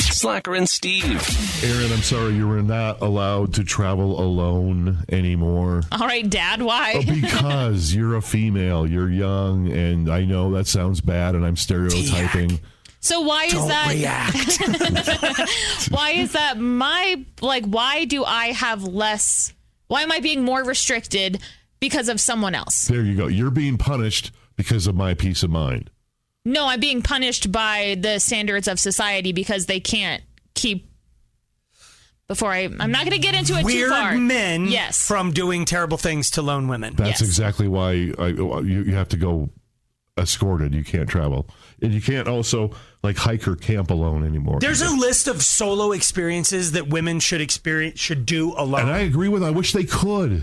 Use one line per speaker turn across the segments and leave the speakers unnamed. Slacker and Steve.
Aaron, I'm sorry, you were not allowed to travel alone anymore.
All right, Dad, why?
But because you're a female, you're young, and I know that sounds bad, and I'm stereotyping.
So why is that? why is that my like? Why do I have less? Why am I being more restricted because of someone else?
There you go. You're being punished because of my peace of mind.
No, I'm being punished by the standards of society because they can't keep. Before I, I'm not going to get into it too
Weird
far.
men
Yes.
from doing terrible things to lone women.
That's
Yes.
exactly why I, you, you have to go escorted. You can't travel, and you can't also like hike or camp alone anymore.
There's a list of solo experiences that women should experience should do alone.
and I agree with. I wish they could.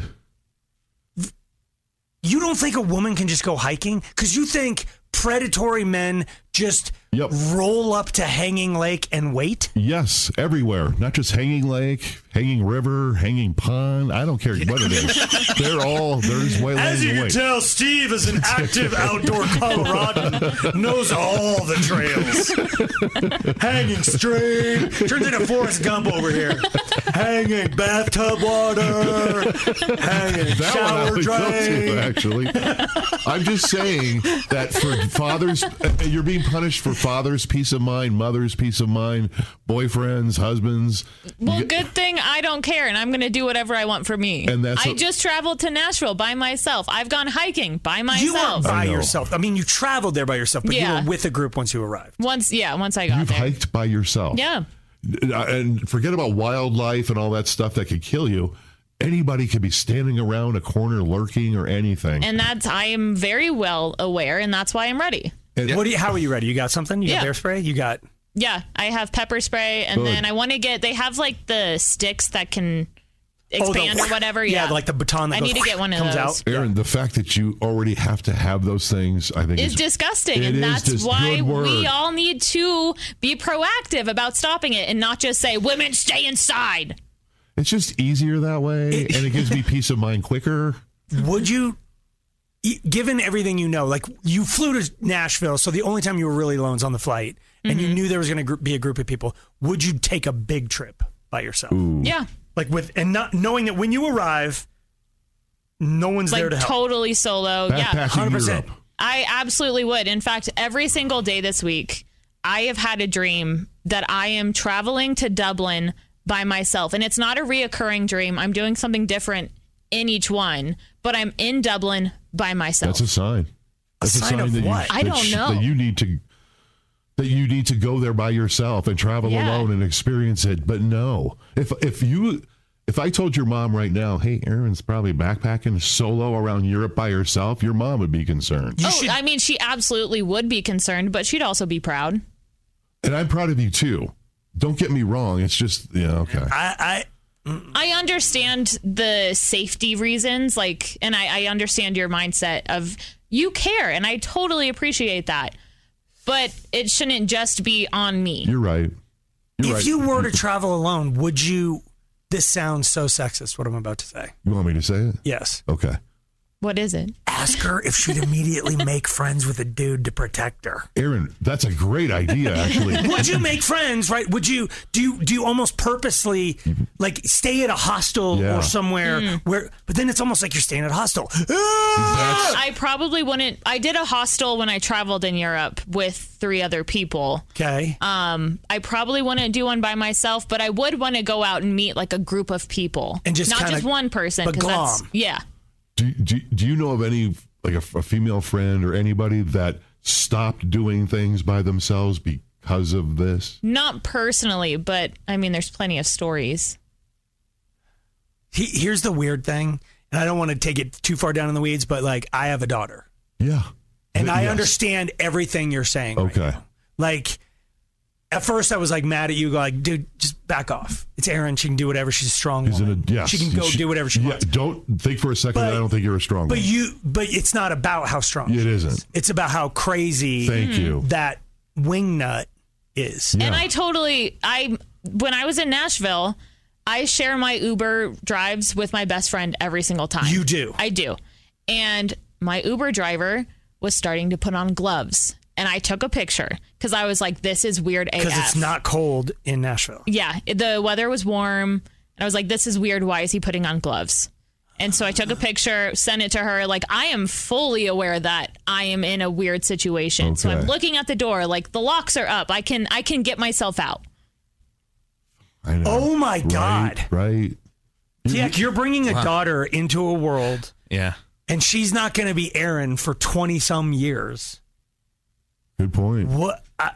you don't think a woman can just go hiking because you think predatory men just
Yep.
roll up to Hanging Lake and wait.
Yes, everywhere. Not just Hanging Lake, Hanging River, Hanging Pond. I don't care what it is. They're all there's way laying awake.
tell, Steve is an active outdoor Coloradan, knows all the trails. Hanging straight, turns into Forrest Gump over here. Hanging bathtub water, hanging
That one I always go to, actually. I'm just saying that for fathers, you're being punished for fathers' peace of mind, mothers' peace of mind, boyfriends, husbands.
Well, good thing I don't care, and I'm going to do whatever I want for me.
And that's
I
what-
just traveled to Nashville by myself. I've gone hiking by
You
myself.
weren't by
I know.
yourself. I mean, you traveled there by yourself, but
Yeah.
you were with a group once you arrived.
once, yeah, once I got
You've
there.
hiked by yourself.
Yeah.
And forget about wildlife and all that stuff that could kill you. Anybody could be standing around a corner lurking or anything.
And that's I am very well aware, and that's why I'm ready.
What do you, how are you ready? You got something? You
Yeah.
got bear spray? You got
Yeah, I have pepper spray, and
Good.
then I want to get. They have like the sticks that can expand
Oh,
or
the-
whatetever.
Yeah,
Yeah,
like the baton that
I
goes-
need to get one of
comes
those.
out.
Aaron, the fact that you already have to have those things, I think
Is
is
disgusting,
It
and
is
that's
dis-
why
good word.
we all need to be proactive about stopping it, and not just say women stay inside.
It's just easier that way, and it gives me peace of mind quicker.
Would you, y- given everything you know, like you flew to Nashville, so the only time you were really alone is on the flight, and you knew there was going to gr- be a group of people, would you take a big trip by yourself?
Yeah,
Like with, and not knowing that when you arrive, no one's there
like
to help.
totally solo. Yeah,
Backpacking
100%.
Europe.
I absolutely would. In fact, every single day this week, I have had a dream that I am traveling to Dublin by myself. And it's not a reoccurring dream. I'm doing something different in each one, but I'm in Dublin by myself.
That's a sign. That's
sign of
that
what?
You,
I
that
don't
sh-
know.
That you need to that you need to go there by yourself and travel
Yeah.
alone and experience it. But no, if if you if I told your mom right now, hey, Erin's probably backpacking solo around Europe by herself, your mom would be concerned.
oh, I mean, she absolutely would be concerned, but she'd also be proud.
And I'm proud of you too. Don't get me wrong. It's just yeah, okay.
I,
I understand the safety reasons, like, and I, I understand your mindset of you care, and I totally appreciate that. But it shouldn't just be on me.
You're right.
I,
You're
if
right.
you were to travel alone, would you? This sounds so sexist. What I'm about to say.
You want me to say it?
Yes.
Okay.
What is it?
Ask her if she'd immediately make friends with a dude to protect her.
Aaron, that's a great idea, actually.
would you make friends right would you do you do you almost purposely like stay at a hostel
Yeah.
or somewhere where but then it's almost like you're staying at a hostel Ah!
I probably wouldn't. I did a hostel when I traveled in Europe with three other people.
okay
Um, I probably wouldn't do one by myself, but I would want to go out and meet like a group of people
And just
not
kinda-
just one person.
but
'cause that's-
glom.
yeah,
Do, do, do you know of any, like a, f- a female friend or anybody that stopped doing things by themselves because of this?
not personally, but I mean, there's plenty of stories.
He, here's the weird thing and i don't want to take it too far down in the weeds but like i have a daughter
Yeah.
and
Th-
i
yes.
understand everything you're saying right
Okay.
now. like At first, I was like mad at you, like, dude, just back off. It's Aaron. She can do whatever. She's a strong.
She's in
woman.
a, yes,
She can go do whatever she
yeah,
wants.
Don't think for a second that
But-
I don't think you're a strong
But
one.
you, but it's not about how strong.
it
she is.
isn't.
It's about how crazy
Thank you.
that wingnut is.
And
Yeah.
I totally I when I was in Nashville, I share my Uber drives with my best friend every single time.
You do.
I do. And my Uber driver was starting to put on gloves and I took a picture cuz I was like this is weird AF.
Because it's not cold in Nashville.
Yeah, it- the weather was warm and I was like this is weird why is he putting on gloves? And so I took a picture, sent it to her like I am fully aware that I am in a weird situation. So I'm
Okay.
looking at the door like the locks are up. I can I can get myself out.
I know.
Oh my
Right,
God.
Right.
Jack, you're bringing a daughter into a world,
Yeah.
and she's not going to be Aaron for twenty some years.
Good point.
What? I,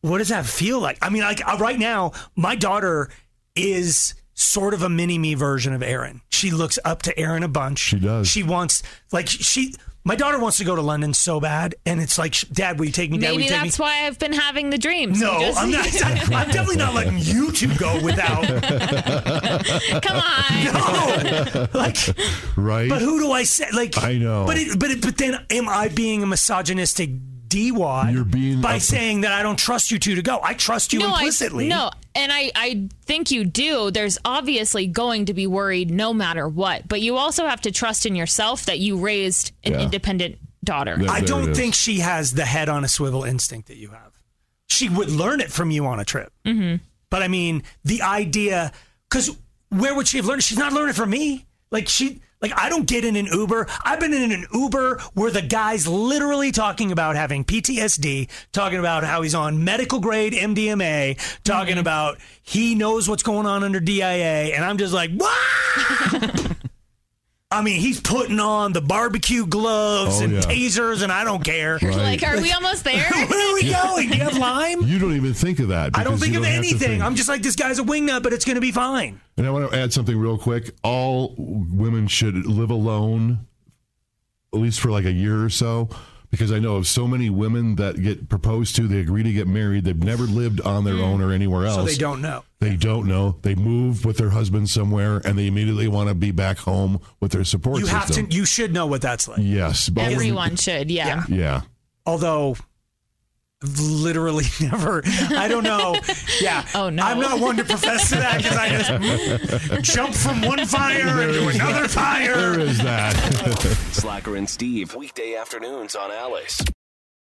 what does that feel like? I mean, like uh, right now, my daughter is sort of a mini me version of Aaron. She looks up to Aaron a bunch.
She does.
She wants like she. My daughter wants to go to London so bad, and it's like, Dad, will you take me? Dad, will
Maybe
you take me?
that's why I've been having the dreams.
no,
You just-
I'm not. I'm definitely not letting you two go without.
come on.
No, like
Right.
But who do I say? Like
I know.
But it, but it, but then am I being a misogynistic dwad?
You're being
by
a-
saying that I don't trust you two to go. I trust you
No,
implicitly.
I, no, and I, I think you do. There's obviously going to be worried no matter what, but you also have to trust in yourself that you raised an
Yeah.
independent daughter.
Yeah.
I
There it
don't
is.
think she has the head on a swivel instinct that you have. She would learn it from you on a trip. Mm-hmm. But I mean, the idea, because where would she have learned? it? She's not learning it from me. Like she, like I don't get in an Uber. I've been in an Uber where the guy's literally talking about having PTSD, talking about how he's on medical grade MDMA, talking about he knows what's going on under DIA, and I'm just like, what? I mean, he's putting on the barbecue gloves
Oh,
and
yeah.
tasers, and I don't care.
Right.
Like, are we almost there?
Where are we going? Do you have lime?
You don't even think of that.
I don't
because
think
you
of
have to
anything.
think.
I'm just like, this guy's a wingnut, but it's going to be fine.
And I want to add something real quick. All women should live alone, at least for like a year or so, because I know of so many women that get proposed to, they agree to get married, they've never lived on their own or anywhere else.
Hmm. So they don't know.
They don't know. They move with their husband somewhere, and they immediately want to be back home with their support
You have
system.
to. You should know what that's like.
yes, but-
Everyone should, yeah.
Yeah,
Although, I've literally never. I don't know. Yeah.
Oh, no.
I'm not one to profess to that because I just jump from one fire into another
there
fire.
is that.
Slacker and Steve, weekday afternoons on Alice.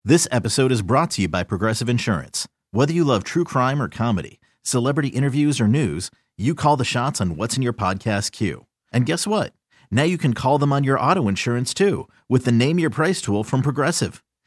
This episode is brought to you by Progressive Insurance. Whether you love true crime or comedy, celebrity interviews or news, you call the shots on what's in your podcast queue. And guess what? Now you can call them on your auto insurance too with the Name Your Price tool from Progressive.